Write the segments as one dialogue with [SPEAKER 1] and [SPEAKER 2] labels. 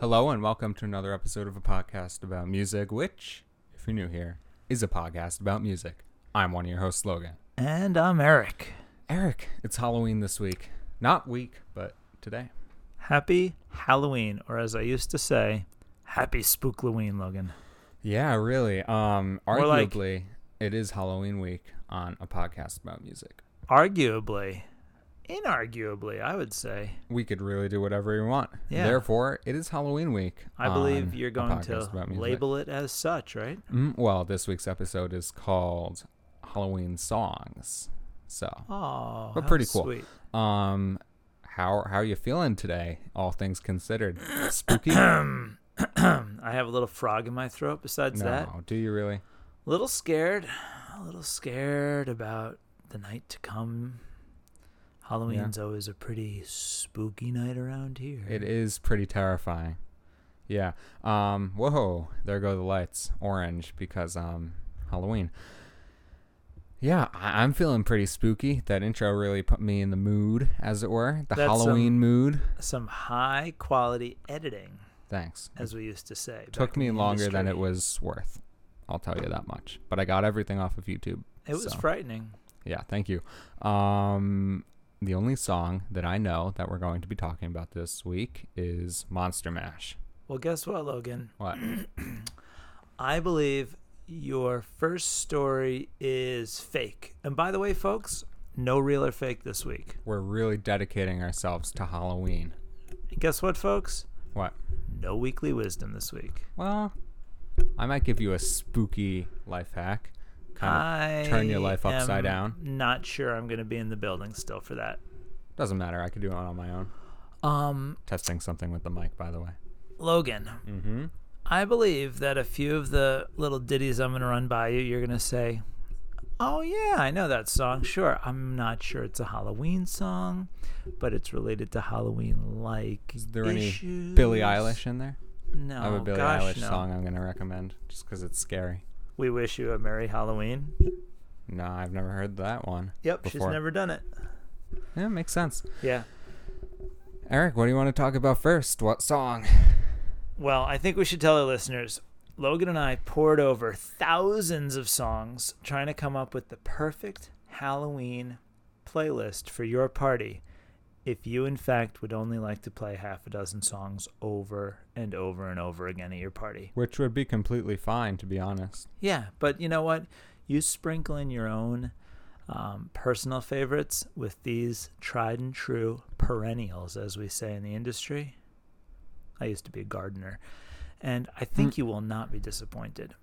[SPEAKER 1] Hello, and welcome to another episode of a podcast about music, which, if you're new here, is a podcast about music. I'm one of your hosts, Logan.
[SPEAKER 2] And I'm Eric.
[SPEAKER 1] Eric, it's Halloween this week. Not week, but today.
[SPEAKER 2] Happy Halloween, or as I used to say, Happy Spookloween, Logan.
[SPEAKER 1] Yeah, really. Um,
[SPEAKER 2] More like-
[SPEAKER 1] arguably, it is Halloween week on a podcast about music.
[SPEAKER 2] Arguably, inarguably, I would say.
[SPEAKER 1] We could really do whatever we want.
[SPEAKER 2] Yeah.
[SPEAKER 1] Therefore, it is Halloween week.
[SPEAKER 2] I believe
[SPEAKER 1] on
[SPEAKER 2] you're
[SPEAKER 1] a
[SPEAKER 2] going
[SPEAKER 1] podcast
[SPEAKER 2] to
[SPEAKER 1] about music.
[SPEAKER 2] label it as such, right?
[SPEAKER 1] Mm, well, this week's episode is called Halloween songs. So.
[SPEAKER 2] Oh,
[SPEAKER 1] But
[SPEAKER 2] how
[SPEAKER 1] pretty cool.
[SPEAKER 2] Sweet.
[SPEAKER 1] Um, how how are you feeling today? All things considered, spooky.
[SPEAKER 2] I have a little frog in my throat. Besides that, a
[SPEAKER 1] no, do you really?
[SPEAKER 2] little scared, a little scared about the night to come. Halloween's always a pretty spooky night around here.
[SPEAKER 1] It is pretty terrifying. Yeah. Um. Whoa. There go the lights, orange, because um, Halloween. Yeah, I- I'm feeling pretty spooky. That intro really put me in the mood, as it were, the
[SPEAKER 2] That's,
[SPEAKER 1] Halloween
[SPEAKER 2] um,
[SPEAKER 1] mood.
[SPEAKER 2] Some high quality editing,
[SPEAKER 1] Thanks.
[SPEAKER 2] as we used to say.
[SPEAKER 1] Took
[SPEAKER 2] back in
[SPEAKER 1] me
[SPEAKER 2] the
[SPEAKER 1] longer than it
[SPEAKER 2] industry.
[SPEAKER 1] was worth. I'll tell you that much. But I got everything off of YouTube.
[SPEAKER 2] It was
[SPEAKER 1] so.
[SPEAKER 2] frightening.
[SPEAKER 1] Yeah, thank you. Um, the only song that I know that we're going to be talking about this week is Monster Mash.
[SPEAKER 2] Well, guess what, Logan?
[SPEAKER 1] What?
[SPEAKER 2] I believe your first story is fake. And by the way, folks, no real or fake this week.
[SPEAKER 1] we're really dedicating ourselves to Halloween.
[SPEAKER 2] And guess what, folks?
[SPEAKER 1] What?
[SPEAKER 2] No weekly wisdom this week.
[SPEAKER 1] Well, I might give you a spooky life hack. Kind
[SPEAKER 2] I
[SPEAKER 1] of turn your life upside
[SPEAKER 2] am
[SPEAKER 1] down.
[SPEAKER 2] Not sure I'm going to be in the building still for that.
[SPEAKER 1] Doesn't matter. I could do it on my own.
[SPEAKER 2] Um,
[SPEAKER 1] Testing something with the mic, by the way.
[SPEAKER 2] Logan, mm-hmm. I believe that a few of the little ditties I'm going to run by you, you're going to say, Oh, yeah, I know that song. Sure. I'm not sure it's a Halloween song, but it's related to Halloween like.
[SPEAKER 1] Is there any Billie Eilish in there?
[SPEAKER 2] No.
[SPEAKER 1] I have a Billie
[SPEAKER 2] gosh,
[SPEAKER 1] Eilish
[SPEAKER 2] no.
[SPEAKER 1] song I'm going to recommend just because it's scary.
[SPEAKER 2] We wish you a Merry Halloween.
[SPEAKER 1] No, I've never heard that one.
[SPEAKER 2] Yep. She's
[SPEAKER 1] before.
[SPEAKER 2] never done it.
[SPEAKER 1] Yeah, makes sense.
[SPEAKER 2] Yeah.
[SPEAKER 1] Eric, what do you want to talk about first? What song?
[SPEAKER 2] Well, I think we should tell our listeners Logan and I poured over thousands of songs trying to come up with the perfect Halloween playlist for your party. If you, in fact, would only like to play half a dozen songs over and over and over again at your party.
[SPEAKER 1] Which would be completely fine, to be honest.
[SPEAKER 2] Yeah, but you know what? You sprinkle in your own um, personal favorites with these tried and true perennials, as we say in the industry. I used to be a gardener, and I think you will not be disappointed.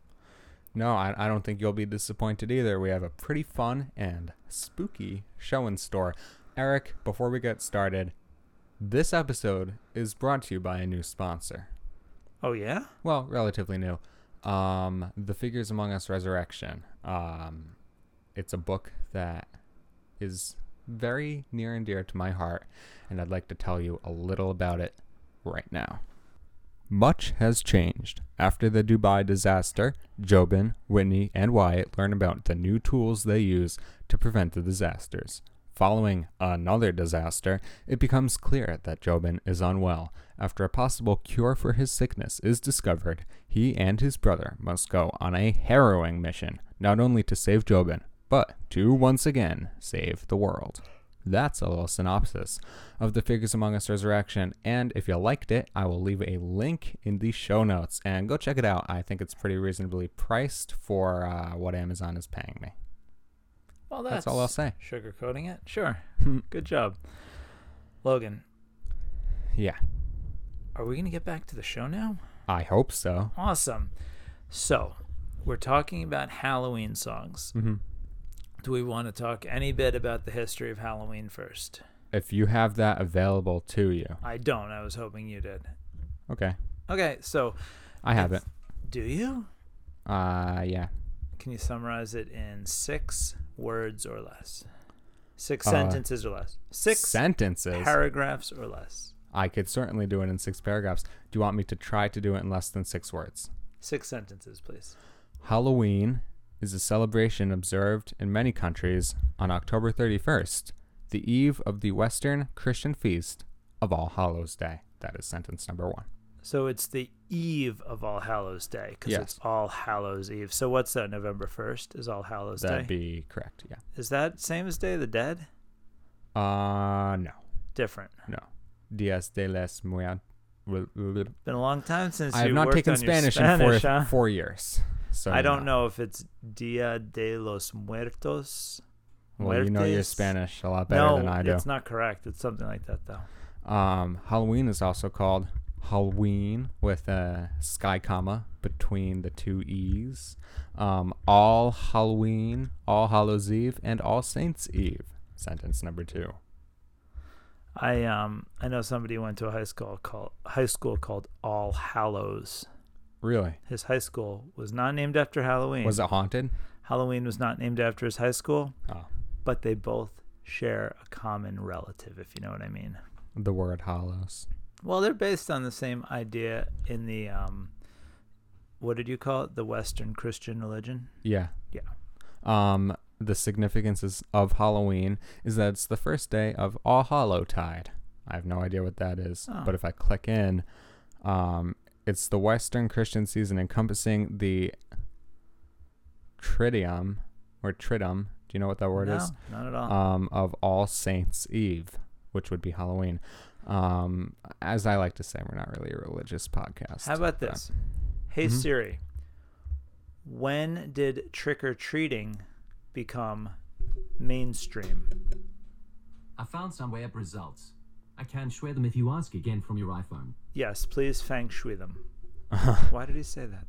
[SPEAKER 1] No, I, I don't think you'll be disappointed either. We have a pretty fun and spooky show in store. Eric, before we get started, this episode is brought to you by a new sponsor.
[SPEAKER 2] Oh, yeah?
[SPEAKER 1] Well, relatively new. Um, the Figures Among Us Resurrection. Um, it's a book that is very near and dear to my heart, and I'd like to tell you a little about it right now. Much has changed. After the Dubai disaster, Jobin, Whitney, and Wyatt learn about the new tools they use to prevent the disasters. Following another disaster, it becomes clear that Jobin is unwell. After a possible cure for his sickness is discovered, he and his brother must go on a harrowing mission, not only to save Jobin, but to once again save the world. That's a little synopsis of The Figures Among Us Resurrection. And if you liked it, I will leave a link in the show notes and go check it out. I think it's pretty reasonably priced for uh, what Amazon is paying me.
[SPEAKER 2] Well,
[SPEAKER 1] That's all I'll say.
[SPEAKER 2] Sugarcoating it? Sure. Good job. Logan,
[SPEAKER 1] Yeah,
[SPEAKER 2] are we going to get back to the show now?
[SPEAKER 1] I hope so.
[SPEAKER 2] Awesome. So, we're talking about Halloween songs.
[SPEAKER 1] Mhm.
[SPEAKER 2] Do we want to talk any bit about the history of Halloween first?
[SPEAKER 1] If you have that available to you,
[SPEAKER 2] I don't. I was hoping you did.
[SPEAKER 1] okay,
[SPEAKER 2] Okay, so
[SPEAKER 1] I have it.
[SPEAKER 2] It's- do you?
[SPEAKER 1] Uh, yeah,
[SPEAKER 2] Can you summarize it in six words or less? Six
[SPEAKER 1] Uh,
[SPEAKER 2] sentences or less? Six
[SPEAKER 1] sentences.
[SPEAKER 2] paragraphs or less?
[SPEAKER 1] I could certainly do it in six paragraphs. Do you want me to try to do it in less than six words?
[SPEAKER 2] Six sentences, please.
[SPEAKER 1] Halloween is a celebration observed in many countries on October 31st, the eve of the Western Christian feast of All Hallows Day. That is sentence number one.
[SPEAKER 2] So it's the eve of All Hallows Day because it's
[SPEAKER 1] Yes.
[SPEAKER 2] All Hallows Eve. So what's that? November first is All Hallows
[SPEAKER 1] That'd
[SPEAKER 2] Day.
[SPEAKER 1] be correct, yeah.
[SPEAKER 2] is that same as Day of the Dead?
[SPEAKER 1] Uh, no,
[SPEAKER 2] Different.
[SPEAKER 1] no. Dias de las Muertos.
[SPEAKER 2] Been a long time since
[SPEAKER 1] I have
[SPEAKER 2] you
[SPEAKER 1] not
[SPEAKER 2] worked
[SPEAKER 1] taken
[SPEAKER 2] on your
[SPEAKER 1] Spanish, in
[SPEAKER 2] Spanish,
[SPEAKER 1] four,
[SPEAKER 2] huh?
[SPEAKER 1] four years. So
[SPEAKER 2] I don't
[SPEAKER 1] no.
[SPEAKER 2] know if it's Dia de los Muertos.
[SPEAKER 1] Well, you know your
[SPEAKER 2] Muertes.
[SPEAKER 1] Spanish a lot better
[SPEAKER 2] no,
[SPEAKER 1] than I do.
[SPEAKER 2] it's not correct. It's something like that though.
[SPEAKER 1] Um, Halloween is also called Halloween with a sky comma between the two E's. Um, all Halloween, All Hallows Eve, and All Saints Eve. Sentence number two.
[SPEAKER 2] I um I know somebody went to a high school called high school called All Hallows.
[SPEAKER 1] Really?
[SPEAKER 2] His high school was not named after Halloween.
[SPEAKER 1] Was it haunted?
[SPEAKER 2] Halloween was not named after his high school.
[SPEAKER 1] Oh,
[SPEAKER 2] but they both share a common relative, if you know what I mean.
[SPEAKER 1] the word Hallows.
[SPEAKER 2] Well, they're based on the same idea in the um, what did you call it? The Western Christian religion.
[SPEAKER 1] Yeah.
[SPEAKER 2] Yeah.
[SPEAKER 1] Um, the significance is of Halloween is that it's the first day of All Hallow Tide. I have no idea what that is,
[SPEAKER 2] Oh.
[SPEAKER 1] but if I click in, um, it's the Western Christian season encompassing the Triduum or Triduum. Do you know what that word
[SPEAKER 2] no, Oh.
[SPEAKER 1] is?
[SPEAKER 2] not at all.
[SPEAKER 1] Um, of All Saints Eve, which would be Halloween. Um, as I like to say, we're not really a religious podcast.
[SPEAKER 2] How about
[SPEAKER 1] but-
[SPEAKER 2] this? Hey
[SPEAKER 1] Mhm.
[SPEAKER 2] Siri, when did trick or treating become mainstream?
[SPEAKER 3] I found some web results. I can share them if you ask again from your iPhone.
[SPEAKER 2] Yes, please feng shui them. Why did he say that?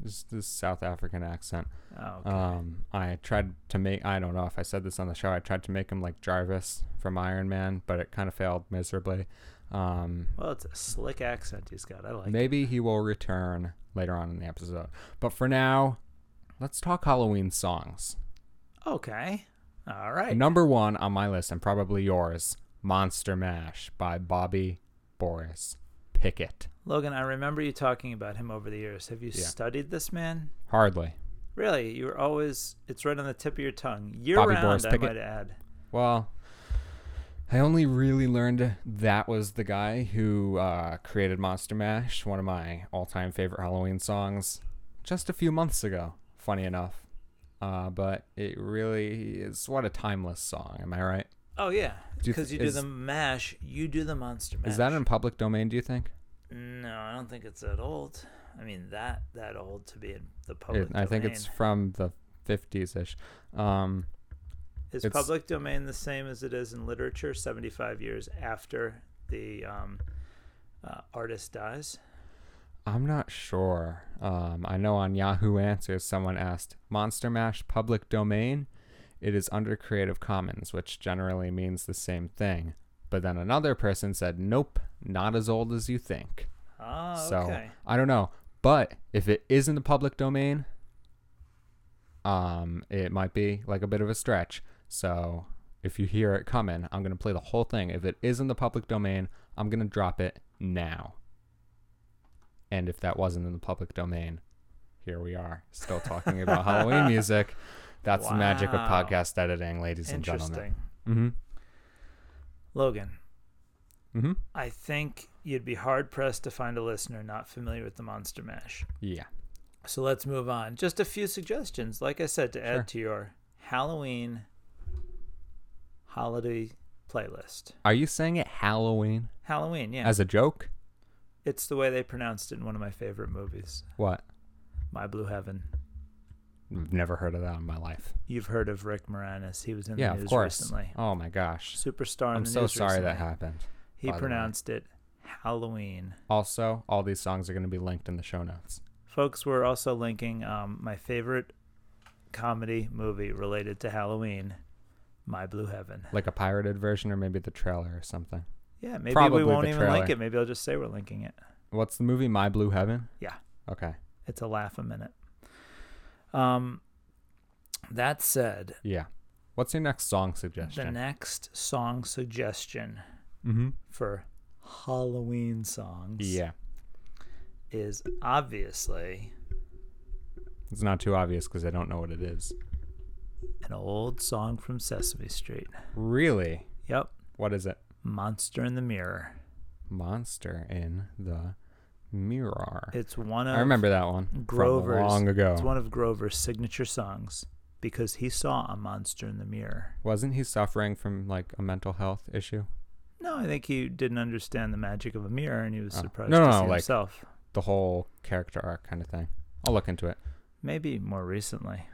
[SPEAKER 1] This, this South African accent.
[SPEAKER 2] Oh, okay.
[SPEAKER 1] Um, I tried to make, I don't know if I said this on the show, I tried to make him like Jarvis from Iron Man, but it kind of failed miserably. Um,
[SPEAKER 2] well, it's a slick accent he's got. I like. it.
[SPEAKER 1] maybe he will return later on in the episode. But for now, let's talk Halloween songs.
[SPEAKER 2] Okay. All right.
[SPEAKER 1] Number one on my list, and probably yours, Monster Mash by Bobby Boris Pickett.
[SPEAKER 2] Logan, I remember you talking about him over the years. Have you
[SPEAKER 1] Yeah.
[SPEAKER 2] studied this man?
[SPEAKER 1] Hardly.
[SPEAKER 2] Really, you were always, it's right on the tip of your tongue. Year
[SPEAKER 1] Bobby
[SPEAKER 2] round,
[SPEAKER 1] Boris
[SPEAKER 2] I
[SPEAKER 1] Pickett.
[SPEAKER 2] might add.
[SPEAKER 1] Well, I only really learned that was the guy who uh, created Monster Mash, one of my all time favorite Halloween songs, just a few months ago, funny enough. Uh, but it really is what a timeless song, am I right?
[SPEAKER 2] Oh, yeah.
[SPEAKER 1] Do you
[SPEAKER 2] Because you,
[SPEAKER 1] th- is-
[SPEAKER 2] do the mash, you do the monster mash.
[SPEAKER 1] Is that in public domain, do you think?
[SPEAKER 2] No, I don't think it's that old. I mean, that that old to be in the public
[SPEAKER 1] It,
[SPEAKER 2] domain.
[SPEAKER 1] I think it's from the 50s ish. Um,
[SPEAKER 2] Is
[SPEAKER 1] it's-
[SPEAKER 2] public domain the same as it is in literature 75 years after the um, uh, artist dies?
[SPEAKER 1] I'm not sure. Um, I know on Yahoo Answers, someone asked Monster Mash public domain. It is under Creative Commons, which generally means the same thing. But then another person said, nope, not as old as you think.
[SPEAKER 2] Oh,
[SPEAKER 1] so
[SPEAKER 2] okay.
[SPEAKER 1] I don't know. But if it is in the public domain, um, it might be like a bit of a stretch. So if you hear it coming, I'm going to play the whole thing. If it is in the public domain, I'm going to drop it now. And if that wasn't in the public domain, here we are, still talking about Halloween music. That's the magic of
[SPEAKER 2] Wow.
[SPEAKER 1] podcast editing, ladies and gentlemen.
[SPEAKER 2] Interesting.
[SPEAKER 1] Mm-hmm.
[SPEAKER 2] Logan,
[SPEAKER 1] Mm-hmm.
[SPEAKER 2] I think you'd be hard pressed to find a listener not familiar with the Monster Mash.
[SPEAKER 1] Yeah.
[SPEAKER 2] So let's move on. Just a few suggestions, like I said, to
[SPEAKER 1] Sure.
[SPEAKER 2] add to your Halloween holiday playlist.
[SPEAKER 1] Are you saying it Halloween
[SPEAKER 2] Halloween, yeah.
[SPEAKER 1] as a joke?
[SPEAKER 2] it's the way they pronounced it in one of my favorite movies,
[SPEAKER 1] What?
[SPEAKER 2] My Blue Heaven.
[SPEAKER 1] I've never heard of that in my life.
[SPEAKER 2] You've heard of Rick Moranis. He was in
[SPEAKER 1] yeah,
[SPEAKER 2] the news
[SPEAKER 1] of course.
[SPEAKER 2] recently.
[SPEAKER 1] Oh my gosh.
[SPEAKER 2] Superstar in
[SPEAKER 1] I'm
[SPEAKER 2] the
[SPEAKER 1] so
[SPEAKER 2] news
[SPEAKER 1] sorry that
[SPEAKER 2] recently.
[SPEAKER 1] happened.
[SPEAKER 2] He
[SPEAKER 1] by the way.
[SPEAKER 2] pronounced it Halloween.
[SPEAKER 1] Also, all these songs are going to be linked in the show notes.
[SPEAKER 2] Folks, we're also linking um, my favorite comedy movie related to Halloween, My Blue Heaven.
[SPEAKER 1] Like a pirated version or maybe the trailer or something.
[SPEAKER 2] Yeah, maybe
[SPEAKER 1] Probably
[SPEAKER 2] we
[SPEAKER 1] the
[SPEAKER 2] won't even link
[SPEAKER 1] trailer.
[SPEAKER 2] it. Maybe I'll just say we're linking it.
[SPEAKER 1] What's the movie My Blue Heaven?
[SPEAKER 2] Yeah.
[SPEAKER 1] Okay.
[SPEAKER 2] It's a laugh a minute. Um, that said,
[SPEAKER 1] Yeah. What's your next song
[SPEAKER 2] the
[SPEAKER 1] suggestion?
[SPEAKER 2] next song suggestion
[SPEAKER 1] mm-hmm.
[SPEAKER 2] for Halloween songs
[SPEAKER 1] Yeah.
[SPEAKER 2] is obviously
[SPEAKER 1] It's not too obvious because I don't know what it is.
[SPEAKER 2] an old song from Sesame Street.
[SPEAKER 1] Really?
[SPEAKER 2] Yep,
[SPEAKER 1] What is it?
[SPEAKER 2] Monster in the Mirror.
[SPEAKER 1] Monster in the Mirror.
[SPEAKER 2] It's one of
[SPEAKER 1] I remember that one. from
[SPEAKER 2] Grover's
[SPEAKER 1] long ago.
[SPEAKER 2] It's one of Grover's signature songs because he saw a monster in the mirror.
[SPEAKER 1] Wasn't he suffering from like a mental health issue?
[SPEAKER 2] No, I think he didn't understand the magic of a mirror and he was
[SPEAKER 1] Oh.
[SPEAKER 2] surprised
[SPEAKER 1] No, no,
[SPEAKER 2] to
[SPEAKER 1] no,
[SPEAKER 2] see
[SPEAKER 1] like-
[SPEAKER 2] himself.
[SPEAKER 1] The whole character arc kind of thing. I'll look into it. Mm.
[SPEAKER 2] Maybe more recently.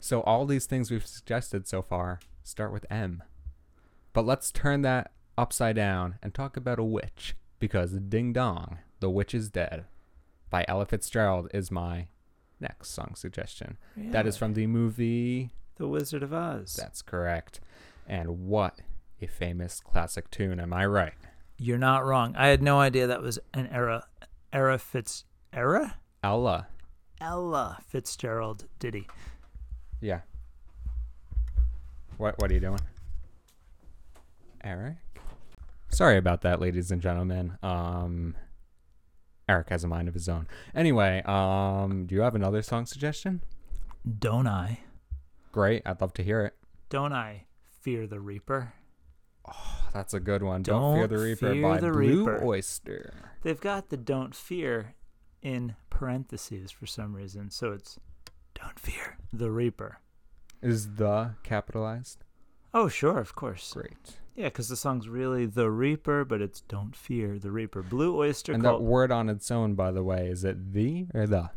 [SPEAKER 1] So all these things we've suggested so far start with M. But let's turn that upside down and talk about a witch because Ding Dong, The Witch is Dead by Ella Fitzgerald is my next song suggestion. That is
[SPEAKER 2] Really?
[SPEAKER 1] from the movie
[SPEAKER 2] The Wizard of Oz.
[SPEAKER 1] That's correct. And what a famous classic tune, am I right?
[SPEAKER 2] You're not wrong. I had no idea that was an era era Fitz era?
[SPEAKER 1] Ella.
[SPEAKER 2] Ella Fitzgerald Diddy.
[SPEAKER 1] Yeah. What what are you doing? Eric? Sorry about that, ladies and gentlemen. Um Eric has a mind of his own. Anyway, um do you have another song suggestion?
[SPEAKER 2] Don't I?
[SPEAKER 1] Great, I'd love to hear it.
[SPEAKER 2] Don't I fear the Reaper?
[SPEAKER 1] Oh, That's a good one. Don't, fear the
[SPEAKER 2] Don't
[SPEAKER 1] Reaper
[SPEAKER 2] Fear
[SPEAKER 1] by
[SPEAKER 2] the
[SPEAKER 1] Blue
[SPEAKER 2] Reaper.
[SPEAKER 1] Oyster.
[SPEAKER 2] They've got the don't fear in parentheses for some reason. So it's don't fear the Reaper.
[SPEAKER 1] Is the capitalized?
[SPEAKER 2] Oh, sure, of course.
[SPEAKER 1] Great.
[SPEAKER 2] Yeah, because the song's really The Reaper, but it's Don't Fear the Reaper. Blue Oyster
[SPEAKER 1] And that
[SPEAKER 2] Cult.
[SPEAKER 1] word on its own, by the way, is it the or the?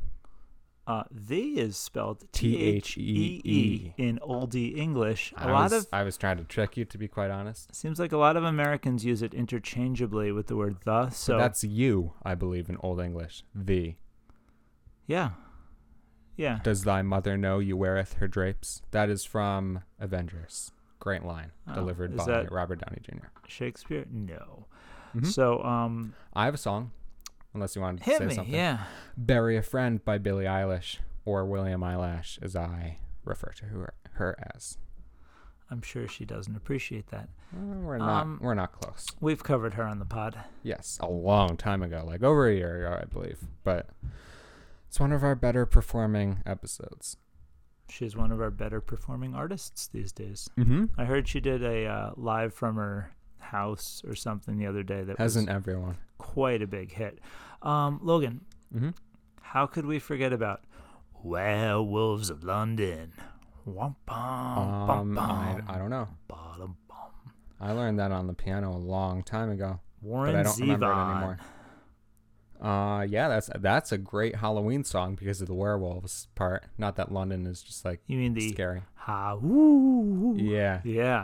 [SPEAKER 2] uh, the is spelled T H E
[SPEAKER 1] T-H-E-E.
[SPEAKER 2] E in Oldie English. A
[SPEAKER 1] I
[SPEAKER 2] lot
[SPEAKER 1] was,
[SPEAKER 2] of.
[SPEAKER 1] I was trying to trick you, to be quite honest.
[SPEAKER 2] Seems like a lot of Americans use it interchangeably with the word the. So,
[SPEAKER 1] That's you, I believe, in Old English. The.
[SPEAKER 2] yeah. Yeah.
[SPEAKER 1] Does thy mother know you weareth her drapes? That is from Avengers. Great line,
[SPEAKER 2] Oh,
[SPEAKER 1] delivered
[SPEAKER 2] is
[SPEAKER 1] by
[SPEAKER 2] that-
[SPEAKER 1] Robert Downey jr.
[SPEAKER 2] Shakespeare? No.
[SPEAKER 1] Mhm.
[SPEAKER 2] So, um,
[SPEAKER 1] I have a song, unless you want to
[SPEAKER 2] hit
[SPEAKER 1] say
[SPEAKER 2] me.
[SPEAKER 1] something.
[SPEAKER 2] Yeah.
[SPEAKER 1] "Bury a Friend" by Billie Eilish, or William Eyelash, as I refer to her, her as.
[SPEAKER 2] I'm sure she doesn't appreciate that.
[SPEAKER 1] Uh, We're not.
[SPEAKER 2] Um,
[SPEAKER 1] we're not close.
[SPEAKER 2] We've covered her on the pod.
[SPEAKER 1] Yes, a long time ago, like over a year ago, I believe. But it's one of our better performing episodes.
[SPEAKER 2] She's one of our better performing artists these days.
[SPEAKER 1] Mm-hmm.
[SPEAKER 2] I heard she did a uh, live from her house or something the other day that
[SPEAKER 1] Hasn't
[SPEAKER 2] was
[SPEAKER 1] everyone?
[SPEAKER 2] quite a big hit. Um, Logan,
[SPEAKER 1] Mm-hmm.
[SPEAKER 2] how could we forget about Werewolves of London? Womp bum, bum,
[SPEAKER 1] Um, I,
[SPEAKER 2] bum,
[SPEAKER 1] I don't know.
[SPEAKER 2] bottom bum.
[SPEAKER 1] I learned that on the piano a long time ago.
[SPEAKER 2] Warren
[SPEAKER 1] but I don't remember it
[SPEAKER 2] Zevon.
[SPEAKER 1] anymore. Uh, yeah, that's that's a great Halloween song because of the werewolves part. Not that London is just like
[SPEAKER 2] You mean the
[SPEAKER 1] scary.
[SPEAKER 2] ha woo?
[SPEAKER 1] Yeah,
[SPEAKER 2] Yeah.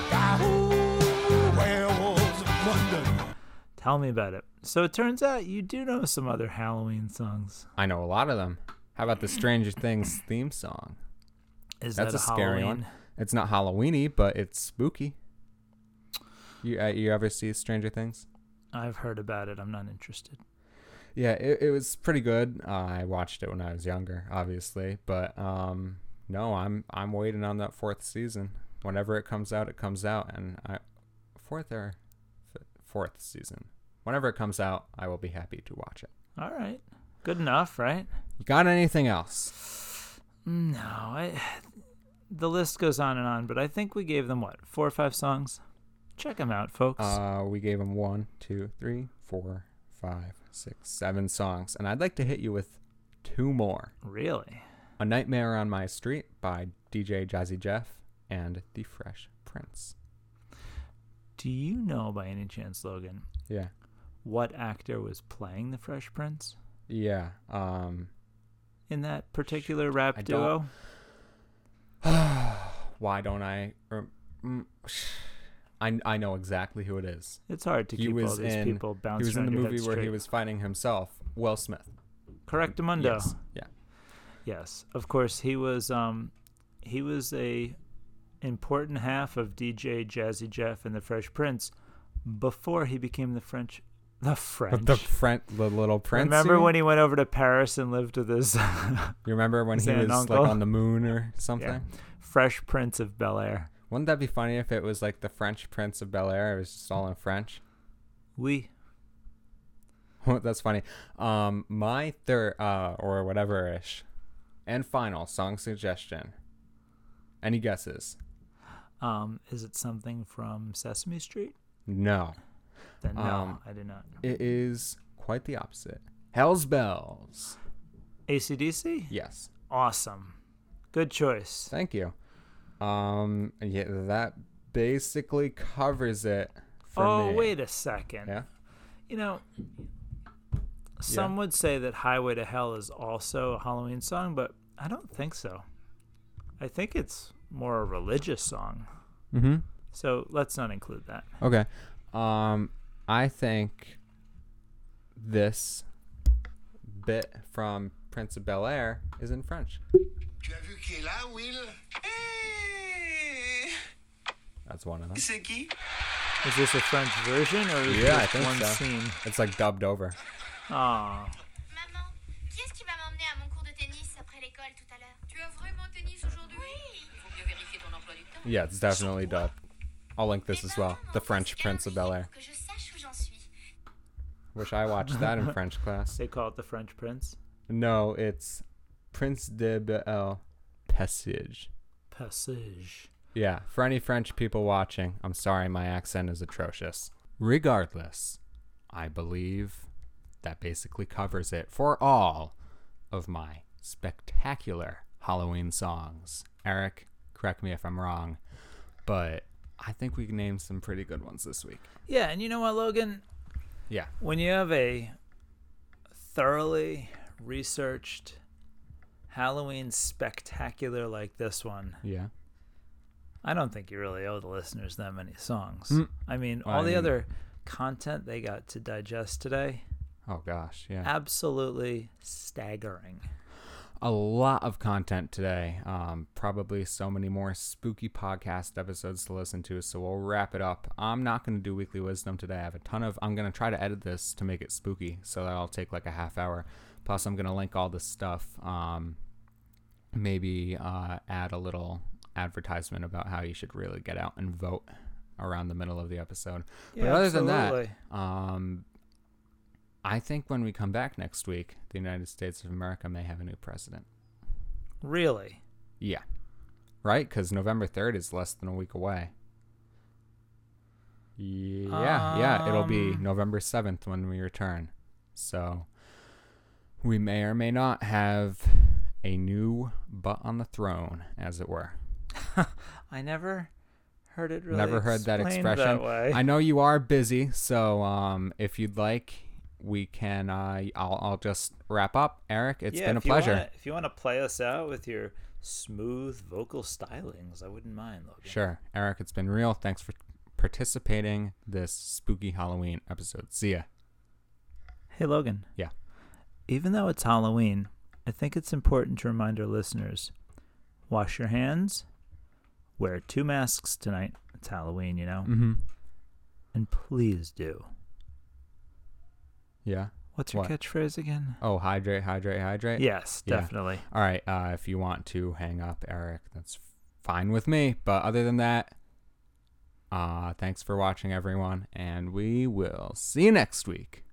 [SPEAKER 2] Tell me about it. So it turns out you do know some other Halloween songs.
[SPEAKER 1] I know a lot of them. How about the Stranger Things theme song?
[SPEAKER 2] Is
[SPEAKER 1] That's
[SPEAKER 2] that
[SPEAKER 1] a scary
[SPEAKER 2] Halloween?
[SPEAKER 1] one. It's not Halloweeny, but it's spooky. You uh, you ever see Stranger Things?
[SPEAKER 2] I've heard about it. I'm not interested.
[SPEAKER 1] Yeah, it, it was pretty good. Uh, I watched it when I was younger, obviously, but um, no, I'm I'm waiting on that fourth season. Whenever it comes out, it comes out, and I fourth or f- fourth season. Whenever it comes out, I will be happy to watch it.
[SPEAKER 2] All right. Good enough, right?
[SPEAKER 1] You got anything else?
[SPEAKER 2] No, I the list goes on and on, but I think we gave them what? 4 or 5 songs. Check them out, folks.
[SPEAKER 1] Uh, we gave him one, two, three, four, five, six, seven songs, and I'd like to hit you with two more.
[SPEAKER 2] really?
[SPEAKER 1] A Nightmare on My Street by DJ Jazzy Jeff and The Fresh Prince.
[SPEAKER 2] Do you know by any chance, Logan,
[SPEAKER 1] Yeah.
[SPEAKER 2] what actor was playing the Fresh Prince
[SPEAKER 1] Yeah. Um
[SPEAKER 2] in that particular rap
[SPEAKER 1] I
[SPEAKER 2] duo?
[SPEAKER 1] don't- why don't I rem- mm, I I know exactly who it is.
[SPEAKER 2] It's hard to
[SPEAKER 1] He
[SPEAKER 2] keep all
[SPEAKER 1] was
[SPEAKER 2] these
[SPEAKER 1] in-
[SPEAKER 2] people
[SPEAKER 1] He
[SPEAKER 2] bouncing.
[SPEAKER 1] was in the
[SPEAKER 2] around your head
[SPEAKER 1] movie where he
[SPEAKER 2] straight.
[SPEAKER 1] was fighting himself, Will Smith.
[SPEAKER 2] Correctamundo.
[SPEAKER 1] Yes. Yeah.
[SPEAKER 2] Yes, of course he was. Um, he was a important half of DJ Jazzy Jeff and the Fresh Prince before he became the French. The
[SPEAKER 1] But
[SPEAKER 2] French.
[SPEAKER 1] the French, the little prince.
[SPEAKER 2] Remember
[SPEAKER 1] scene?
[SPEAKER 2] when he went over to Paris and lived with his
[SPEAKER 1] You remember when
[SPEAKER 2] Is
[SPEAKER 1] he
[SPEAKER 2] that
[SPEAKER 1] was
[SPEAKER 2] an
[SPEAKER 1] like
[SPEAKER 2] uncle?
[SPEAKER 1] on the moon or something?
[SPEAKER 2] Fresh Prince of Bel Air?
[SPEAKER 1] Wouldn't that be funny if it was like the French Prince of Bel Air? It was just all in French.
[SPEAKER 2] We
[SPEAKER 1] That's funny. Um, my third uh, or whatever ish, and final song suggestion. Any guesses?
[SPEAKER 2] um, is it something from Sesame Street?
[SPEAKER 1] No,
[SPEAKER 2] Then no,
[SPEAKER 1] Um,
[SPEAKER 2] I did not.
[SPEAKER 1] it is quite the opposite. Hell's bells.
[SPEAKER 2] ACDC.
[SPEAKER 1] Yes,
[SPEAKER 2] Awesome. Good choice.
[SPEAKER 1] thank you. Um, yeah, that basically covers it for
[SPEAKER 2] oh,
[SPEAKER 1] me.
[SPEAKER 2] wait a second.
[SPEAKER 1] Yeah.
[SPEAKER 2] You know, some would say that Highway to Hell is also a Halloween song, but I don't think so. I think it's more a religious song.
[SPEAKER 1] Mm-hmm.
[SPEAKER 2] So let's not include that.
[SPEAKER 1] Okay. Um, I think this bit from Prince of Bel Air is in French.
[SPEAKER 4] Tu as vu qui est là, Will
[SPEAKER 5] Hey,
[SPEAKER 1] That's one of them.
[SPEAKER 5] c'est qui
[SPEAKER 2] Is this a French version or is
[SPEAKER 1] Yeah, I
[SPEAKER 2] this
[SPEAKER 1] think
[SPEAKER 2] one
[SPEAKER 1] so.
[SPEAKER 2] scene?
[SPEAKER 1] It's like dubbed over.
[SPEAKER 2] Oh,
[SPEAKER 6] Maman, qui est-ce qui va m'emmener à mon cours de tennis après l'école tout à l'heure Tu as vraiment tennis aujourd'hui Oui
[SPEAKER 7] Faut mieux vérifier ton emploi du temps.
[SPEAKER 1] Yeah, it's definitely dubbed. I'll link this
[SPEAKER 6] Eh ben,
[SPEAKER 1] as well. The French Prince of Bel Air.
[SPEAKER 6] Que je sache où j'en suis.
[SPEAKER 1] Wish I watched that in French class.
[SPEAKER 2] they call it the French Prince.
[SPEAKER 1] No, it's Prince de Bel Passage.
[SPEAKER 2] Passage.
[SPEAKER 1] Yeah, for any French people watching, I'm sorry my accent is atrocious. Regardless, I believe that basically covers it for all of my spectacular Halloween songs. Eric, correct me if I'm wrong, but I think we named some pretty good ones this week.
[SPEAKER 2] Yeah, and you know what, Logan?
[SPEAKER 1] Yeah.
[SPEAKER 2] When you have a thoroughly researched Halloween spectacular like this one,
[SPEAKER 1] Yeah.
[SPEAKER 2] I don't think you really owe the listeners that many songs.
[SPEAKER 1] Mm.
[SPEAKER 2] I mean,
[SPEAKER 1] Well,
[SPEAKER 2] all
[SPEAKER 1] I
[SPEAKER 2] the
[SPEAKER 1] mean-
[SPEAKER 2] other content they got to digest today,
[SPEAKER 1] Oh gosh, yeah.
[SPEAKER 2] absolutely staggering.
[SPEAKER 1] a lot of content today. Um, probably so many more spooky podcast episodes to listen to. So we'll wrap it up. I'm not going to do weekly wisdom today. I have a ton of. I'm going to try to edit this to make it spooky. So that'll take like a half hour. Plus, I'm going to link all this stuff. Um, maybe uh, add a little advertisement about how you should really get out and vote around the middle of the episode. but
[SPEAKER 2] Yeah,
[SPEAKER 1] other than
[SPEAKER 2] absolutely.
[SPEAKER 1] that, um, I think when we come back next week, the United States of America may have a new president.
[SPEAKER 2] Really?
[SPEAKER 1] Yeah. Right? Because November 3rd is less than a week away. Yeah, yeah. It'll be
[SPEAKER 2] Um,
[SPEAKER 1] November 7th when we return. So we may or may not have a new butt on the throne, as it were.
[SPEAKER 2] I never heard it really.
[SPEAKER 1] Never heard that
[SPEAKER 2] explained
[SPEAKER 1] expression.
[SPEAKER 2] That way.
[SPEAKER 1] I know you are busy, so um, if you'd like, we can. Uh, I'll, I'll just wrap up. Eric, It's been a
[SPEAKER 2] if you
[SPEAKER 1] pleasure.
[SPEAKER 2] wanna- if you want to play us out with your smooth vocal stylings, I wouldn't mind. Logan.
[SPEAKER 1] Sure. Eric, it's been real. Thanks for participating this spooky Halloween episode. See ya.
[SPEAKER 2] Hey, Logan.
[SPEAKER 1] Yeah.
[SPEAKER 2] Even though it's Halloween, I think it's important to remind our listeners wash your hands, wear two masks tonight. It's Halloween, you know?
[SPEAKER 1] Mm-hmm.
[SPEAKER 2] And please do.
[SPEAKER 1] Yeah.
[SPEAKER 2] What's your
[SPEAKER 1] What?
[SPEAKER 2] catchphrase again?
[SPEAKER 1] Oh, hydrate, hydrate, hydrate.
[SPEAKER 2] Yes,
[SPEAKER 1] Yeah.
[SPEAKER 2] definitely.
[SPEAKER 1] All right. Uh, if you want to hang up, Eric, that's fine with me. But other than that, uh, thanks for watching, everyone, and we will see you next week.